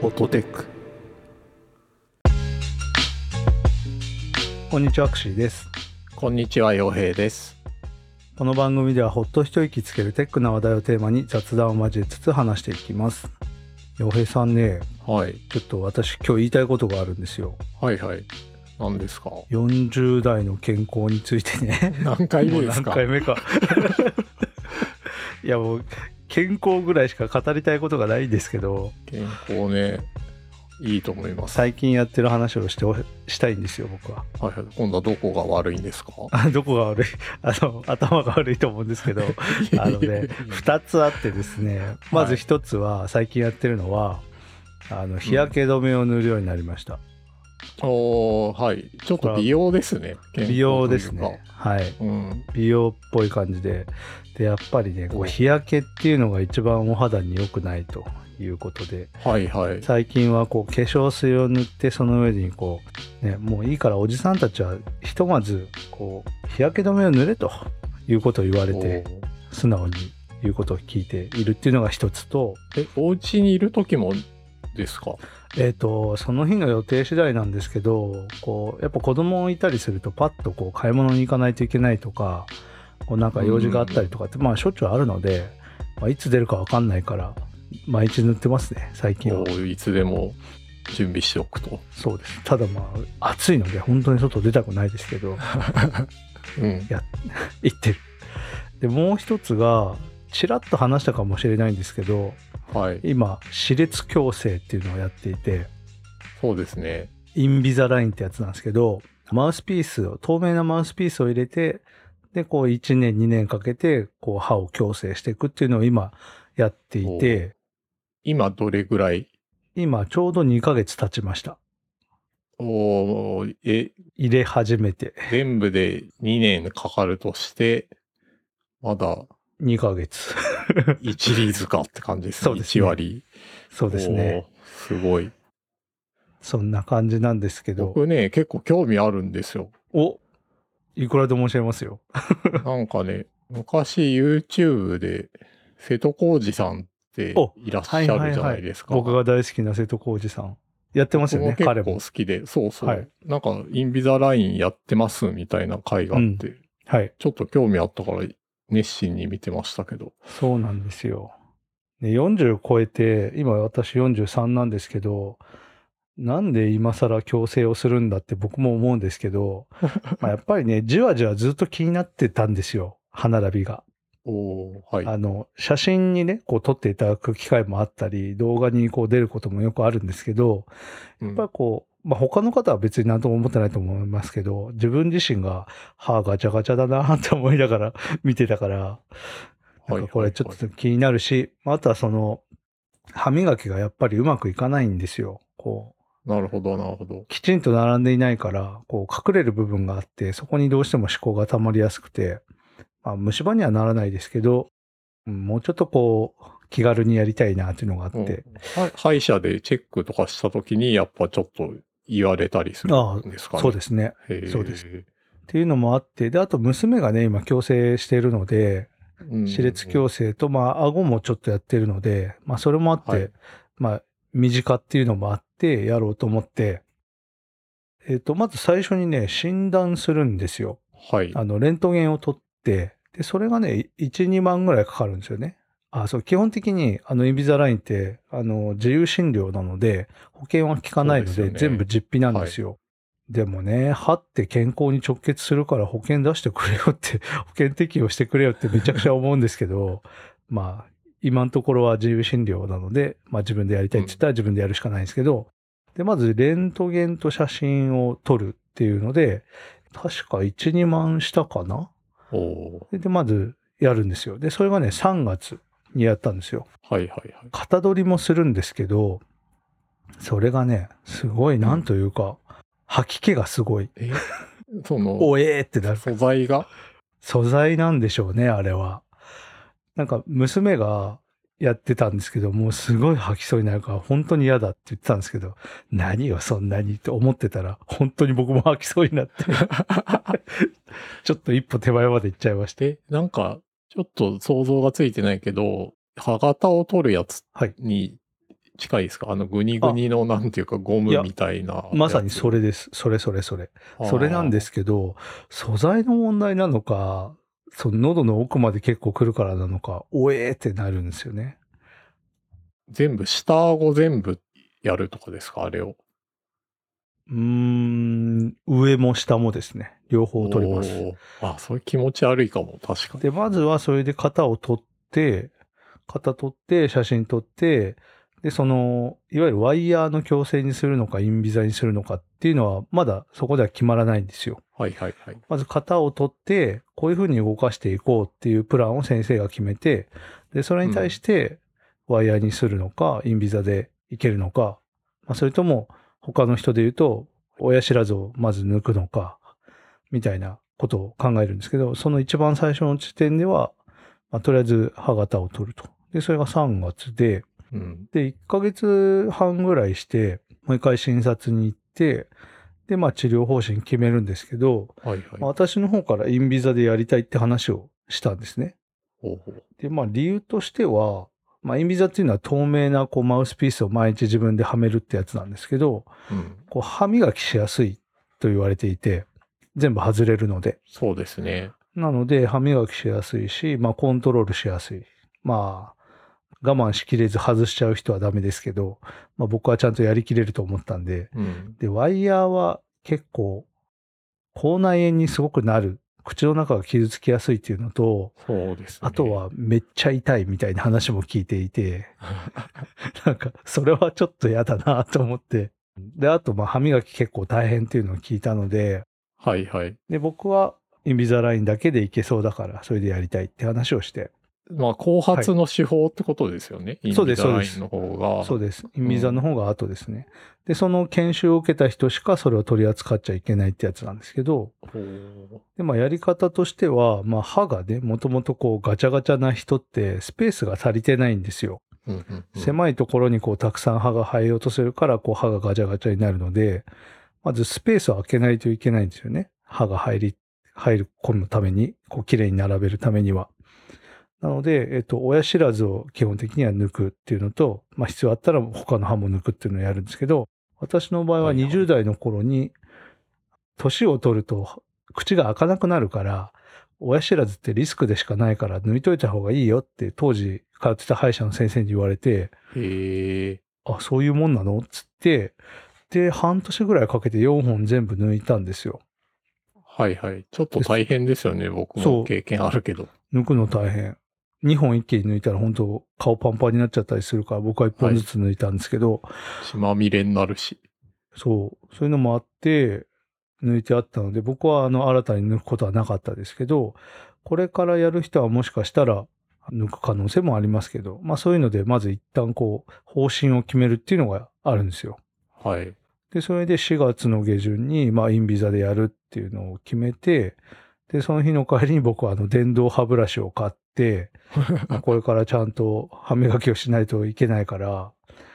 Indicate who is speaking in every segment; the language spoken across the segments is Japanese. Speaker 1: フォトテックこんにちはクシーです
Speaker 2: こんにちは、洋平です。
Speaker 1: この番組ではほっと一息つけるテックな話題をテーマに雑談を交えつつ話していきます洋平さんね
Speaker 2: はい。
Speaker 1: ちょっと私今日言いたいことがあるんですよ
Speaker 2: はいはい。何ですか
Speaker 1: 40代の健康についてね
Speaker 2: 何回
Speaker 1: も
Speaker 2: 目
Speaker 1: う
Speaker 2: です
Speaker 1: 何
Speaker 2: か
Speaker 1: 回目か いやもう健康ぐらいしか語りたいことがないんですけど
Speaker 2: 健康ね。いいと思います。はい
Speaker 1: 最近やってる話をしておしたいんですよ僕は
Speaker 2: はい。今度はどこが悪いんですか
Speaker 1: あどこが悪い あの頭が悪いと思うんですけどあのね2つあってですねまず1つは最近やってるのは、あの日焼け止めを塗るようになりました、
Speaker 2: おーはい。ちょっと美容ですね。健康というか
Speaker 1: 美容ですね。はい
Speaker 2: うん。
Speaker 1: 美容っぽい感じででやっぱりねこ
Speaker 2: お
Speaker 1: う日焼けっていうのが一番お肌に良くないということで
Speaker 2: はいはい。
Speaker 1: 最近はこう化粧水を塗ってその上にこう、ね、もういいからおじさんたちはひとまずこう日焼け止めを塗れということを言われて
Speaker 2: おー
Speaker 1: 素直に言うことを聞いているっていうのが一つと,、
Speaker 2: え、お家にいる時もですか
Speaker 1: えー、とその日の予定次第なんですけどこうやっぱ子供いたりするとパッとこう買い物に行かないといけないとかこうなんか用事があったりとかって、まあしょっちゅうあるので、まあ、いつ出るかわかんないから毎日塗ってますね最近は
Speaker 2: お。ーいつでも準備しておくと。
Speaker 1: そうですただまあ暑いので本当に外出たくないですけど
Speaker 2: うん。
Speaker 1: 行ってるでもう一つがちらっと話したかもしれないんですけど
Speaker 2: はい。
Speaker 1: 今歯列矯正っていうのをやっていて
Speaker 2: そうですね。
Speaker 1: インビザラインってやつなんですけどマウスピースを透明なマウスピースを入れてでこう1年2年かけてこう歯を矯正していくっていうのを今やっていて
Speaker 2: 今どれぐらい
Speaker 1: 今ちょうど2ヶ月経ちました
Speaker 2: おーえ、
Speaker 1: 入れ始めて
Speaker 2: 全部で2年かかるとして、まだ
Speaker 1: 2ヶ月
Speaker 2: 1 リーズかって感じですね。
Speaker 1: そうですね
Speaker 2: 1割。
Speaker 1: そうですね
Speaker 2: おー。すごい。
Speaker 1: そんな感じなんですけど
Speaker 2: 僕ね、結構興味あるんです よ。
Speaker 1: おいくらでも教えますよ。
Speaker 2: なんかね、昔 YouTube で瀬戸康史さんって
Speaker 1: お
Speaker 2: いらっしゃるじゃないですか。
Speaker 1: 僕が大好きな瀬戸康史さん。やってますよね、
Speaker 2: 僕も
Speaker 1: 彼
Speaker 2: 結構
Speaker 1: も
Speaker 2: 好。きで、そうそう。
Speaker 1: はい
Speaker 2: なんか、インビザラインやってますみたいな回があって、
Speaker 1: はい。
Speaker 2: ちょっと興味あったから熱心に見てましたけど。
Speaker 1: そうなんですよ。ね、40超えて、今私43なんですけど、なんで今更強制をするんだって僕も思うんです けど、まあやっぱりね、じわじわずっと気になってたんですよ、歯並びが。
Speaker 2: おーはい。
Speaker 1: あの、写真にね、こう撮っていただく機会もあったり、動画にこう出ることもよくあるんですけど、
Speaker 2: うん
Speaker 1: やっぱりこう、まあ、他の方は別に何とも思ってないと思いますけど、自分自身が歯ガチャガチャだなって思いながら見てたから、なんかこれちょっと気になるし、まああとはその、歯磨きがやっぱりうまくいかないんですよ。こう、
Speaker 2: なるほど、なるほど。
Speaker 1: きちんと並んでいないから、こう隠れる部分があって、そこにどうしても思考が溜まりやすくて、まあ虫歯にはならないですけど、うんもうちょっとこう、気軽にやりたいなっていうのがあって、
Speaker 2: うんは歯医者でチェックとかしたときに、やっぱちょっと言われたりする
Speaker 1: ああ
Speaker 2: んですかね。
Speaker 1: そうですね。
Speaker 2: へえ
Speaker 1: そうです。っていうのもあって、で、あと娘がね、今矯正しているので、
Speaker 2: うん
Speaker 1: 歯列矯正と、まあ、顎もちょっとやってるので、まあ、それもあって、
Speaker 2: はい
Speaker 1: まあ、身近っていうのもあって、やろうと思って、えっ、と、まず最初にね、診断するんですよ。
Speaker 2: はい。
Speaker 1: あの、レントゲンを取って、で、それがね、1、2万ぐらいかかるんですよね。あ、そう、基本的に、あの、インビザラインって、あの、自由診療なので、保険は効かないので、
Speaker 2: そうですよね
Speaker 1: 全部実費なんですよ。でもね、歯って健康に直結するから保険出してくれよって、保険適用してくれよってめちゃくちゃ思うんですけど、まあ、今のところは自由診療なので、まあ自分でやりたいって言ったら自分でやるしかないんですけど、で、まずレントゲンと写真を撮るっていうので、確か1、2万したかな
Speaker 2: おお
Speaker 1: で、でまずやるんですよ。で、それがね、3月にやったんですよ。
Speaker 2: ーはいはいはい。
Speaker 1: 型取りもするんですけど、それがね、すごい、なんというか、吐き気がすごい。
Speaker 2: え、 その、
Speaker 1: おえーってなる。
Speaker 2: 素材が、
Speaker 1: 素材なんでしょうね、あれは。なんか、娘がやってたんですけど、もうすごい吐きそうになるから、本当に嫌だって言ってたんですけど、何よ、そんなにって思ってたら、本当に僕も吐きそうになって、 ちょっと一歩手前まで行っちゃいまして。
Speaker 2: で、なんか、ちょっと想像がついてないけど、歯型を取るやつ
Speaker 1: はい
Speaker 2: に近いですかあのグニグニのなんていうかゴムみたいな。
Speaker 1: まさにそ
Speaker 2: れ。
Speaker 1: れです。それそれそれ。
Speaker 2: あー
Speaker 1: それなんですけど、素材の問題なのか、その喉の奥まで結構来るからなのか、おえーってなるんですよね。
Speaker 2: 全部、下顎全部やるとかですかあれを。
Speaker 1: うーん、上も下もですね。両方取ります。
Speaker 2: おー。あ、それ気持ち悪いかも、確かに。
Speaker 1: で、まずはそれで型を取って、型取って、写真撮って、で、その、いわゆるワイヤーの矯正にするのか、インビザにするのかっていうのは、まだそこでは決まらないんですよ。
Speaker 2: はいはいはい。
Speaker 1: まず型を取って、こういうふうに動かしていこうっていうプランを先生が決めて、で、それに対して、ワイヤーにするのか、インビザでいけるのか、まあ、それとも、他の人で言うと、親知らずをまず抜くのか、みたいなことを考えるんですけど、その一番最初の時点では、まあ、とりあえず歯型を取ると。で、それが3月で、
Speaker 2: うん。
Speaker 1: で、1ヶ月半ぐらいして、もう一回診察に行って、で、まあ治療方針決めるんですけど、
Speaker 2: はいはい。
Speaker 1: まあ私の方からインビザでやりたいって話をしたんですね。
Speaker 2: ほうほう
Speaker 1: で、まあ理由としては、まあインビザっていうのは透明なこうマウスピースを毎日自分ではめるってやつなんですけど、
Speaker 2: うん。
Speaker 1: こう歯磨きしやすいと言われていて、全部外れるので。
Speaker 2: そうですね。
Speaker 1: なので、歯磨きしやすいし、まあ、コントロールしやすい。まあ、我慢しきれず外しちゃう人はダメですけど、まあ、僕はちゃんとやりきれると思ったんで。
Speaker 2: うん。
Speaker 1: で、ワイヤーは結構、口内炎にすごくなる。口の中が傷つきやすいっていうのと、
Speaker 2: そうですね。
Speaker 1: あと。はめっちゃ痛いみたいな話も聞いて いて、なんか、それはちょっと嫌だなと思って。で、あと、まあ、歯磨き結構大変っていうのを聞いたので、
Speaker 2: はいはい。
Speaker 1: で、僕はインビザラインだけでいけそうだから、それでやりたいって話をして、
Speaker 2: まあ、後発の手法ってことですよね。イン
Speaker 1: そう
Speaker 2: ビ
Speaker 1: です
Speaker 2: ザラインの方が。
Speaker 1: そうです。インビザの方が後ですね。で、その研修を受けた人しかそれを取り扱っちゃいけないってやつなんですけど、
Speaker 2: ほう
Speaker 1: で、まあやり方としては、まあ歯がね、もともとこうガチャガチャな人ってスペースが足りてないんですよ。
Speaker 2: うんうんうん
Speaker 1: 狭いところにこうたくさん歯が生えようとするから、こう歯がガチャガチャになるので、まずスペースを空けないといけないんですよね。歯が入り、入る込むために、こう綺麗に並べるためには。なので、えっと、親知らずを基本的には抜くっていうのと、まあ必要あったら他の歯も抜くっていうのをやるんですけど、私の場合は
Speaker 2: はいはい
Speaker 1: 20代の頃に、年を取ると口が開かなくなるから、親知らずってリスクでしかないから抜いといた方がいいよって当時通ってた歯医者の先生に言われて、
Speaker 2: へえ。
Speaker 1: あ、そういうもんなのつって、で、半年ぐらいかけて4本全部抜いたんですよ。
Speaker 2: はいはい。ちょっと大変ですよね。僕
Speaker 1: そ
Speaker 2: も
Speaker 1: う
Speaker 2: 経験あるけど。
Speaker 1: 抜くの大変。2本一気に抜いたら本当顔パンパンになっちゃったりするから、僕は1本ずつ抜いたんですけど、
Speaker 2: 血まみれになるし。
Speaker 1: そう、そういうのもあって、抜いてあったので、僕はあの新たに抜くことはなかったですけど、これからやる人はもしかしたら抜く可能性もありますけど、まあそういうので、まず一旦こう、方針を決めるっていうのがあるんですよ。
Speaker 2: はい。
Speaker 1: で、それで4月の下旬に、まあ、インビザでやるっていうのを決めて、で、その日の帰りに僕は、あの、電動歯ブラシを買って、まあこれからちゃんと歯磨きをしないといけないから、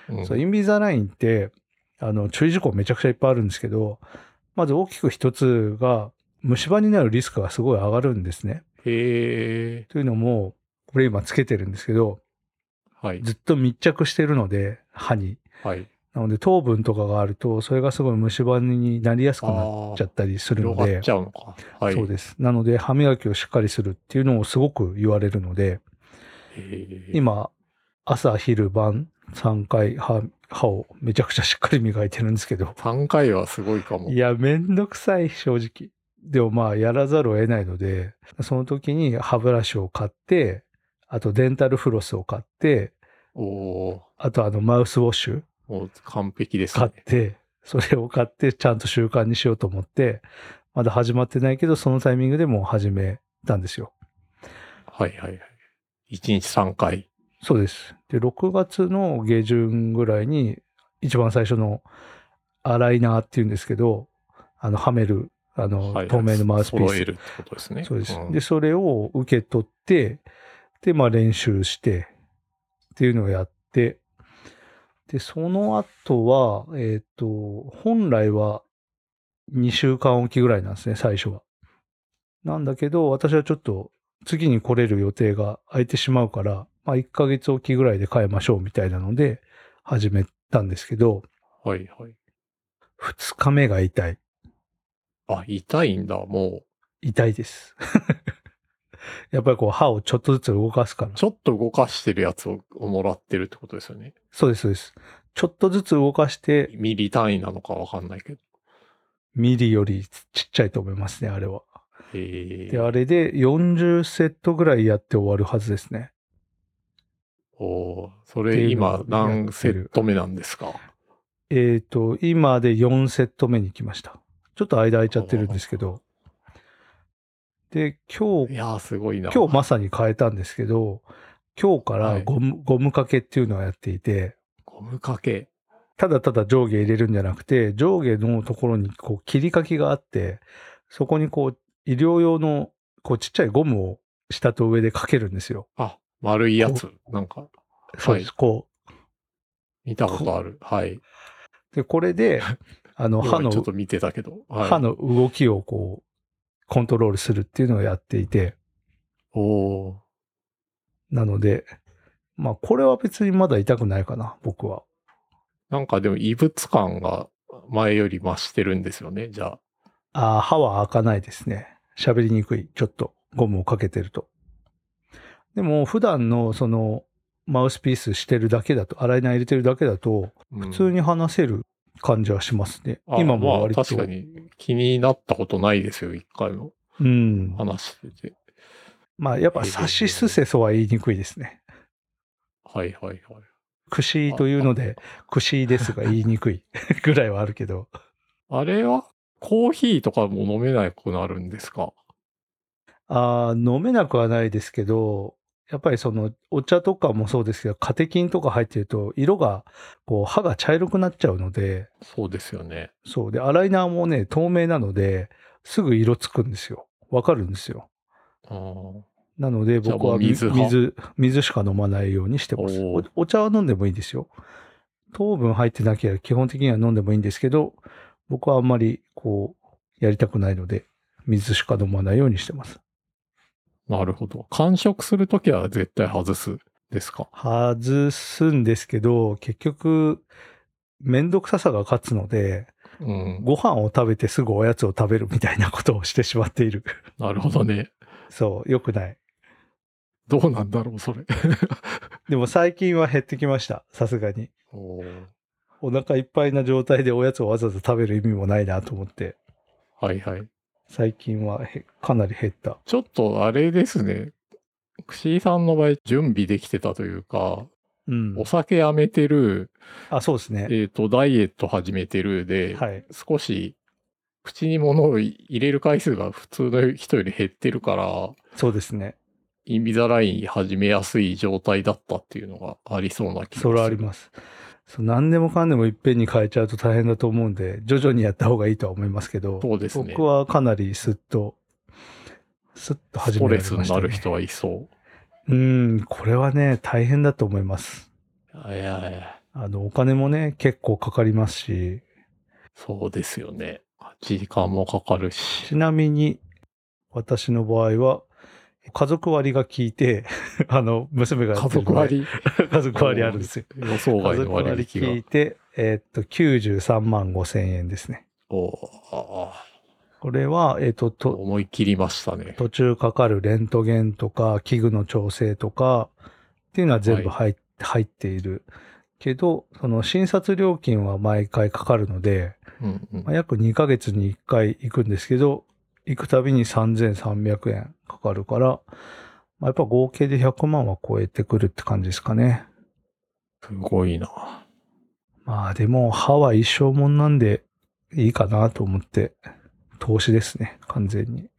Speaker 2: うん
Speaker 1: そう、インビザラインって、あの、注意事項めちゃくちゃいっぱいあるんですけど、まず大きく一つが、虫歯になるリスクがすごい上がるんですね。
Speaker 2: へえ。
Speaker 1: というのも、これ今つけてるんですけど、
Speaker 2: はい。
Speaker 1: ずっと密着してるので、歯に。
Speaker 2: はい。
Speaker 1: なので、糖分とかがあると、それがすごい虫歯になりやすく
Speaker 2: あ
Speaker 1: なっ
Speaker 2: あ
Speaker 1: ちゃ
Speaker 2: ー。
Speaker 1: ったりするの
Speaker 2: 広が
Speaker 1: で
Speaker 2: っちゃうのか。はい。
Speaker 1: そうです。なので、歯磨きをしっかりするっていうのをすごく言われるので、
Speaker 2: へえ。
Speaker 1: 今、朝、昼、晩、3回歯、歯をめちゃくちゃしっかり磨いてるんですけど、
Speaker 2: 3回はすごいかも
Speaker 1: い。や、めんどくさい、正直。でもまあ、やらざるを得ないので、その時に歯ブラシを買って、あとデンタルフロスを買って、
Speaker 2: おお
Speaker 1: あとあのマウスウォッシュ
Speaker 2: ーもう完璧です
Speaker 1: 買
Speaker 2: ね
Speaker 1: っ。て、それを買ってちゃんと習慣にしようと思って、まだ始まってないけど、そのタイミングでもう始めたんですよ。
Speaker 2: はいはいはい。1日3回。
Speaker 1: そうです。で、6月の下旬ぐらいに、一番最初のアライナーっていうんですけど、あの、はめる、あの、
Speaker 2: はい
Speaker 1: 透明のマウスピース。
Speaker 2: 揃えるってことですね。
Speaker 1: そうです。
Speaker 2: ん
Speaker 1: で、それを受け取って、で、まあ練習して、っていうのをやって、で、その後は、えっ、と、本来は2週間おきぐらいなんですね、最初は。なんだけど、私はちょっと次に来れる予定が空いてしまうから、まあ1ヶ月おきぐらいで変えましょうみたいなので、始めたんですけど、
Speaker 2: はいはい。
Speaker 1: 2日目が痛い。
Speaker 2: あ、痛いんだ、も
Speaker 1: 痛いです。 やっぱりこう歯をちょっとずつ動かすから
Speaker 2: う。。ちょっと動かしてるやつをもらってるってことですよね。
Speaker 1: そうです、そうです。ちょっとずつ動かして、
Speaker 2: ミリ単位なのかわかんないけど。
Speaker 1: ミリよりちっちゃいと思いますね、あれは。
Speaker 2: へ
Speaker 1: で、
Speaker 2: え。
Speaker 1: あれで40セットぐらいやって終わるはずですね。
Speaker 2: おーそれ今何セット目なんですか
Speaker 1: えっ、と、今で4セット目に来ました。ちょっと間空いちゃってるんですけど。で、今
Speaker 2: い
Speaker 1: 日、
Speaker 2: やー、すごいな。
Speaker 1: 今日まさに変えたんですけど、今日からゴム、ゴム掛けっていうのをやっていて、
Speaker 2: ゴム掛け。
Speaker 1: ただただ上下入れるんじゃなくて、上下のところにこう切り欠きがあって、そこにこう医療用のこうちっちゃいゴムを下と上でかけるんですよ。
Speaker 2: あ、丸いやつ。なんか、
Speaker 1: そうです。こ
Speaker 2: 見たことある。はい。
Speaker 1: う。で、これ で、あの、歯
Speaker 2: 今
Speaker 1: の
Speaker 2: ちょっと見てたけど。はい、
Speaker 1: 歯の動きをこう、コントロールするっていうのをやっていて、
Speaker 2: おお
Speaker 1: なので、まあこれは別にまだ痛くないかな、僕は。
Speaker 2: ーなんかでも異物感が前より増してるんですよね、じゃあ。
Speaker 1: あー歯は開かないですね。喋りにくい、ちょっと、ゴムをかけてると。でも、普段のその、マウスピースしてるだけだと、洗いナ入れてるだけだと、
Speaker 2: 普
Speaker 1: 普通に話せる感じはしますね。今も割と、
Speaker 2: 確かに気になったことないですよ、一回も
Speaker 1: うん。
Speaker 2: 話してて。
Speaker 1: まあやっぱ、サしすせそは言いにくいですね。
Speaker 2: はいはいはい。
Speaker 1: 串という ので、串ですが言いにくい ぐらいはあるけど。
Speaker 2: あれはコーヒーとかも飲めなくなるんですか
Speaker 1: あー飲めなくはないですけど、やっぱりそのお茶とかもそうですけど、カテキンとか入ってると、色が、こう、歯が茶色くなっちゃうので、
Speaker 2: そうですよね。
Speaker 1: そう。で、アライナーもね、透明なので、すぐ色つくんですよ。わかるんですよ。
Speaker 2: あー
Speaker 1: なので、
Speaker 2: じゃあ
Speaker 1: 僕は
Speaker 2: もう水
Speaker 1: 水、
Speaker 2: 派
Speaker 1: 水、水しか飲まないようにしてます
Speaker 2: お
Speaker 1: お
Speaker 2: ー。
Speaker 1: お茶は飲んでもいいですよ。糖分入ってなければ基本的には飲んでもいいんですけど、僕はあんまり、こう、やりたくないので、水しか飲まないようにしてます。
Speaker 2: なるほど。完食するときは絶対外すですか
Speaker 1: 外すんですけど、結局、めんどくささが勝つので、
Speaker 2: うん。
Speaker 1: ご飯を食べてすぐおやつを食べるみたいなことをしてしまっている。
Speaker 2: なるほどね。
Speaker 1: そう、良くない。
Speaker 2: どうなんだろう、それ。
Speaker 1: でも最近は減ってきました。さすがに。
Speaker 2: おー
Speaker 1: お腹いっぱいな状態でおやつをわざわざ食べる意味もないなと思って、
Speaker 2: はいはい。
Speaker 1: 最近はへかなり減った。
Speaker 2: ちょっとあれですね。串井さんの場合、準備できてたというか、
Speaker 1: うん
Speaker 2: お。酒やめてる、
Speaker 1: あ、そうですね。
Speaker 2: えっ、と、ダイエット始めてるで、
Speaker 1: はい。
Speaker 2: 少し口に物を入れる回数が普通の人より減ってるから、
Speaker 1: そうですね。
Speaker 2: インビザライン始めやすい状態だったっていうのがありそうな気がする。
Speaker 1: それはあり
Speaker 2: す。
Speaker 1: ます。そう何でもかんでもいっぺんに変えちゃうと大変だと思うんで、徐々にやった方がいいとは思いますけど、
Speaker 2: そうですね
Speaker 1: 僕はかなりスッと、スッと
Speaker 2: ス
Speaker 1: 始
Speaker 2: ト
Speaker 1: めら
Speaker 2: レス
Speaker 1: れました、ね。
Speaker 2: になる人はいそう。
Speaker 1: うん、これはね、大変だと思います。
Speaker 2: いやいや、
Speaker 1: あの、お金もね、結構かかりますし、
Speaker 2: そうですよね。時間もかかる し。
Speaker 1: ちなみに、私の場合は、家族割が効いて、 あの、娘がや
Speaker 2: 家
Speaker 1: ってる
Speaker 2: 族
Speaker 1: ので
Speaker 2: 割
Speaker 1: 家族割あるんですよ。
Speaker 2: 予想
Speaker 1: 家
Speaker 2: 外
Speaker 1: 族
Speaker 2: の
Speaker 1: 割
Speaker 2: 割
Speaker 1: 効
Speaker 2: 引が。
Speaker 1: いて、えーっと、93万5千円ですね。
Speaker 2: おー
Speaker 1: これは、えーっと、と、
Speaker 2: 思い切りましたね。
Speaker 1: 途中かかるレントゲンとか器具の調整とかっていうのは全部入,、入っているけどその診察料金は毎回かかるので、
Speaker 2: うんうん
Speaker 1: まあ、約2ヶ月に1回行くんですけど行くたびに3300円かかるから、まあ、やっぱ合計で100万は超えてくるって感じですかね
Speaker 2: すごいな。
Speaker 1: まあでも歯は一生もんなんでいいかなと思って投資ですね完全に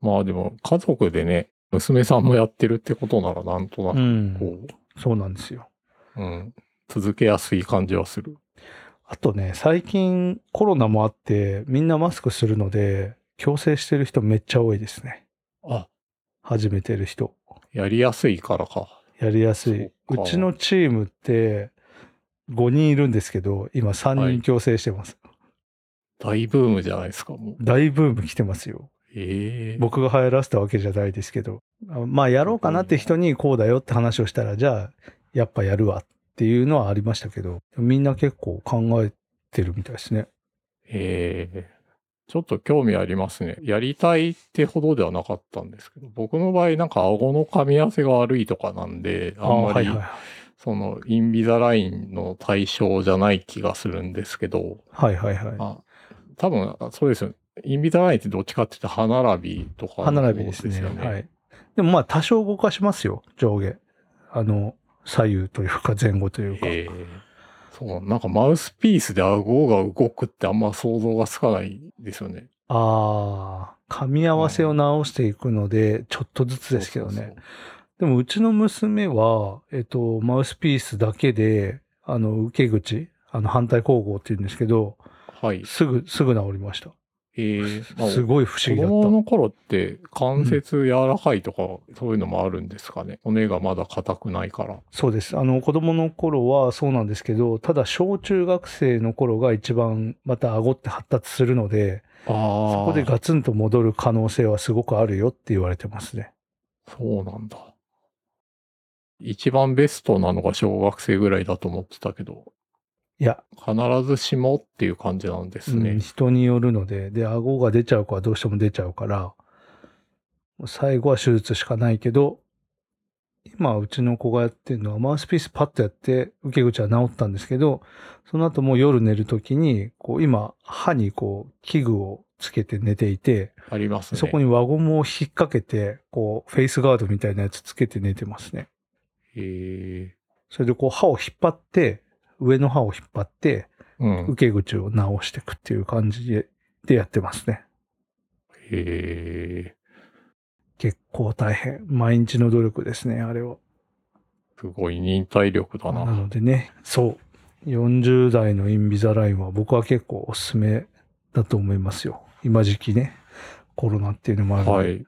Speaker 2: まあでも、家族でね、娘さんもやってるってことなら、なんとな
Speaker 1: う
Speaker 2: く、
Speaker 1: ん
Speaker 2: こ
Speaker 1: そうなんですよ
Speaker 2: う、うん、続けやすい感じはする。
Speaker 1: あとね、最近コロナもあって、みんなマスクするので、強制してる人めっちゃ多いですね。
Speaker 2: あ、
Speaker 1: 始めてる人。
Speaker 2: やりやすいからか。
Speaker 1: やりやすい。う
Speaker 2: そうか
Speaker 1: ちのチームって、5人いるんですけど、今3
Speaker 2: はい
Speaker 1: 人強制してます。
Speaker 2: 大ブームじゃないですか、もう。
Speaker 1: 大ブーム来てますよ。
Speaker 2: ええ
Speaker 1: 僕が流行らせたわけじゃないですけど。あまあ、やろうかなって人にこうだよって話をしたら、じゃあ、やっぱやるわっっていうのはありましたけど、みんな結構考えてるみたいですね。
Speaker 2: ええちょっと興味ありますね。やりたいってほどではなかったんですけど、僕の場合なんか顎の噛み合わせが悪いとかなんで、あんま
Speaker 1: はい
Speaker 2: り
Speaker 1: はいはい。
Speaker 2: そのインビザラインの対象じゃない気がするんですけど、
Speaker 1: はいはいはい。
Speaker 2: あ多分あそうですよ。インビザラインってどっちかって言って歯並びとか、
Speaker 1: 歯並びですね
Speaker 2: よ
Speaker 1: はい。でもまあ多少動かしますよ、上下。あの、左右というか前後というか。
Speaker 2: ええそう、なんかマウスピースで顎が動くってあんま想像がつかないですよね。
Speaker 1: ああ、噛み合わせを直していくので、ちょっとずつですけどね。
Speaker 2: そうそうそう
Speaker 1: でもうちの娘は、えっと、マウスピースだけで、あの、受け口、あの、反対交互って言うんですけど、
Speaker 2: はい。
Speaker 1: すぐ、すぐ治りました。
Speaker 2: ええまあ
Speaker 1: すごい不思
Speaker 2: 子
Speaker 1: 議だっ
Speaker 2: 供
Speaker 1: た。
Speaker 2: の頃って関節柔らかいとか、そういうのもあるんですかね。骨がまだ硬くないから。
Speaker 1: そうです。あの、子供の頃はそうなんですけど、ただ、小中学生の頃が一番、また顎って発達するので、
Speaker 2: ああ
Speaker 1: そこでガツンと戻る可能性はすごくあるよって言われてますね。
Speaker 2: そうなんだ。一番ベストなのが小学生ぐらいだと思ってたけど、
Speaker 1: いや、
Speaker 2: 必ずしもっていう感じなんです
Speaker 1: うん
Speaker 2: ね。
Speaker 1: 人によるので、で、顎が出ちゃう子はどうしても出ちゃうから、最後は手術しかないけど、今、うちの子がやってるのは、マウスピースパッとやって、受け口は治ったんですけど、その後もう夜寝るときに、こう、今、歯にこう、器具をつけて寝ていて、
Speaker 2: ありますね。
Speaker 1: そこに輪ゴムを引っ掛けて、こう、フェイスガードみたいなやつつけて寝てますね。
Speaker 2: え
Speaker 1: それでこう、歯を引っ張って、上の歯を引っ張って、
Speaker 2: えうん。
Speaker 1: 受け口を直していくっていう感じででやってますね。
Speaker 2: ええ
Speaker 1: 結構大変。毎日の努力ですね、あれは。
Speaker 2: すごい忍耐力だ
Speaker 1: な
Speaker 2: な。
Speaker 1: のでね、そう。40代のインビザラインは僕は結構おすすめだと思いますよ。今時期ね。コロナっていうのもあるので。
Speaker 2: はい。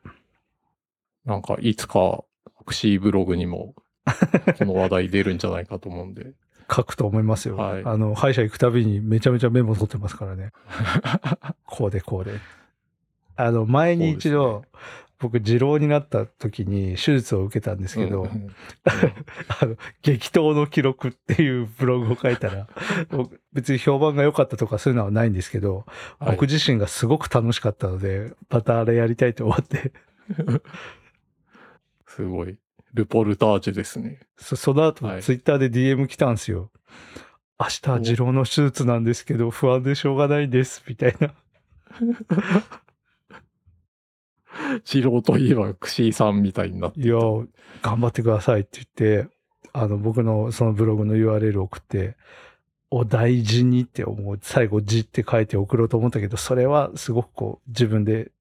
Speaker 2: なんか、いつか、フクシーブログに も、この話題出るんじゃないかと思うんで。
Speaker 1: 書くと思いますよ。
Speaker 2: はい
Speaker 1: あの、歯医者行くたびにめちゃめちゃメモ取ってますか らね。こうでこうで。あの、前に
Speaker 2: そ
Speaker 1: 一
Speaker 2: う
Speaker 1: 度
Speaker 2: で、
Speaker 1: 僕、二郎になった時に手術を受けたんですけど、
Speaker 2: うんうん
Speaker 1: あの、激闘の記録っていうブログを書い たら、僕別に評判が良かったとかそういうのはないんですけど、
Speaker 2: はい
Speaker 1: 僕自身がすごく楽しかったので、またあれやりたいと思って、
Speaker 2: すごい。ルポルタージュですね。
Speaker 1: そその後
Speaker 2: は、い
Speaker 1: ツイッターで DM 来たんですよ。明日、二郎の手術なんですけど、不安でしょうがないです、みたいな。
Speaker 2: 治郎といえば、クシーさんみたいになって
Speaker 1: いや、頑張ってくださいって言って、あの、僕のそのブログの URL を送って、お大事にって思う、最後字って書いて送ろうと思ったけど、それはすごくこう、自分で、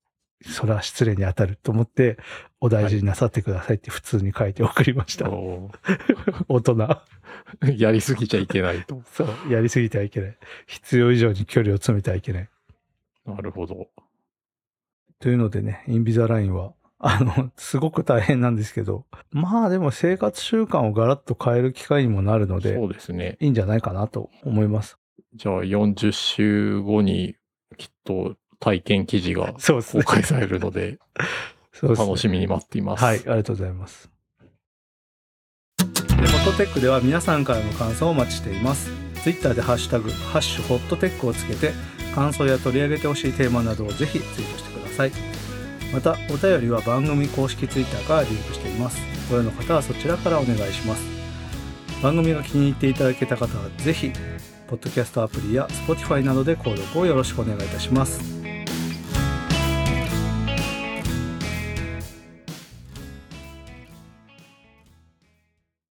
Speaker 1: それは失礼に当たると思って、お大事になさってくださいって普通に書いて送りました。
Speaker 2: お
Speaker 1: 大人。
Speaker 2: ー やりすぎちゃいけないと。
Speaker 1: そう、やりすぎてはいけない。必要以上に距離を詰めてはいけない。
Speaker 2: なるほど。
Speaker 1: というのでね、インビザラインは、あの、すごく大変なんですけど、まあでも生活習慣をガラッと変える機会にもなるので、
Speaker 2: そうですね。
Speaker 1: いいんじゃないかなと思います。
Speaker 2: じゃあ、40週後に、きっと、体験記事が
Speaker 1: そうです
Speaker 2: 公
Speaker 1: ね。
Speaker 2: 開されるので、
Speaker 1: そうですね
Speaker 2: 楽しみに待っています。
Speaker 1: はい、ありがとうございます。ホットテックでは皆さんからの感想をお待ちしています。ツイッターでハッシュタグ、ハッシュホットテックをつけて、感想や取り上げてほしいテーマなどをぜひツイートしてください。また、お便りは番組公式ツイッターからリンクしています。ご用の方はそちらからお願いします。番組が気に入っていただけた方はぜひ、ポッドキャストアプリや Spotify などで購読をよろしくお願いいたします。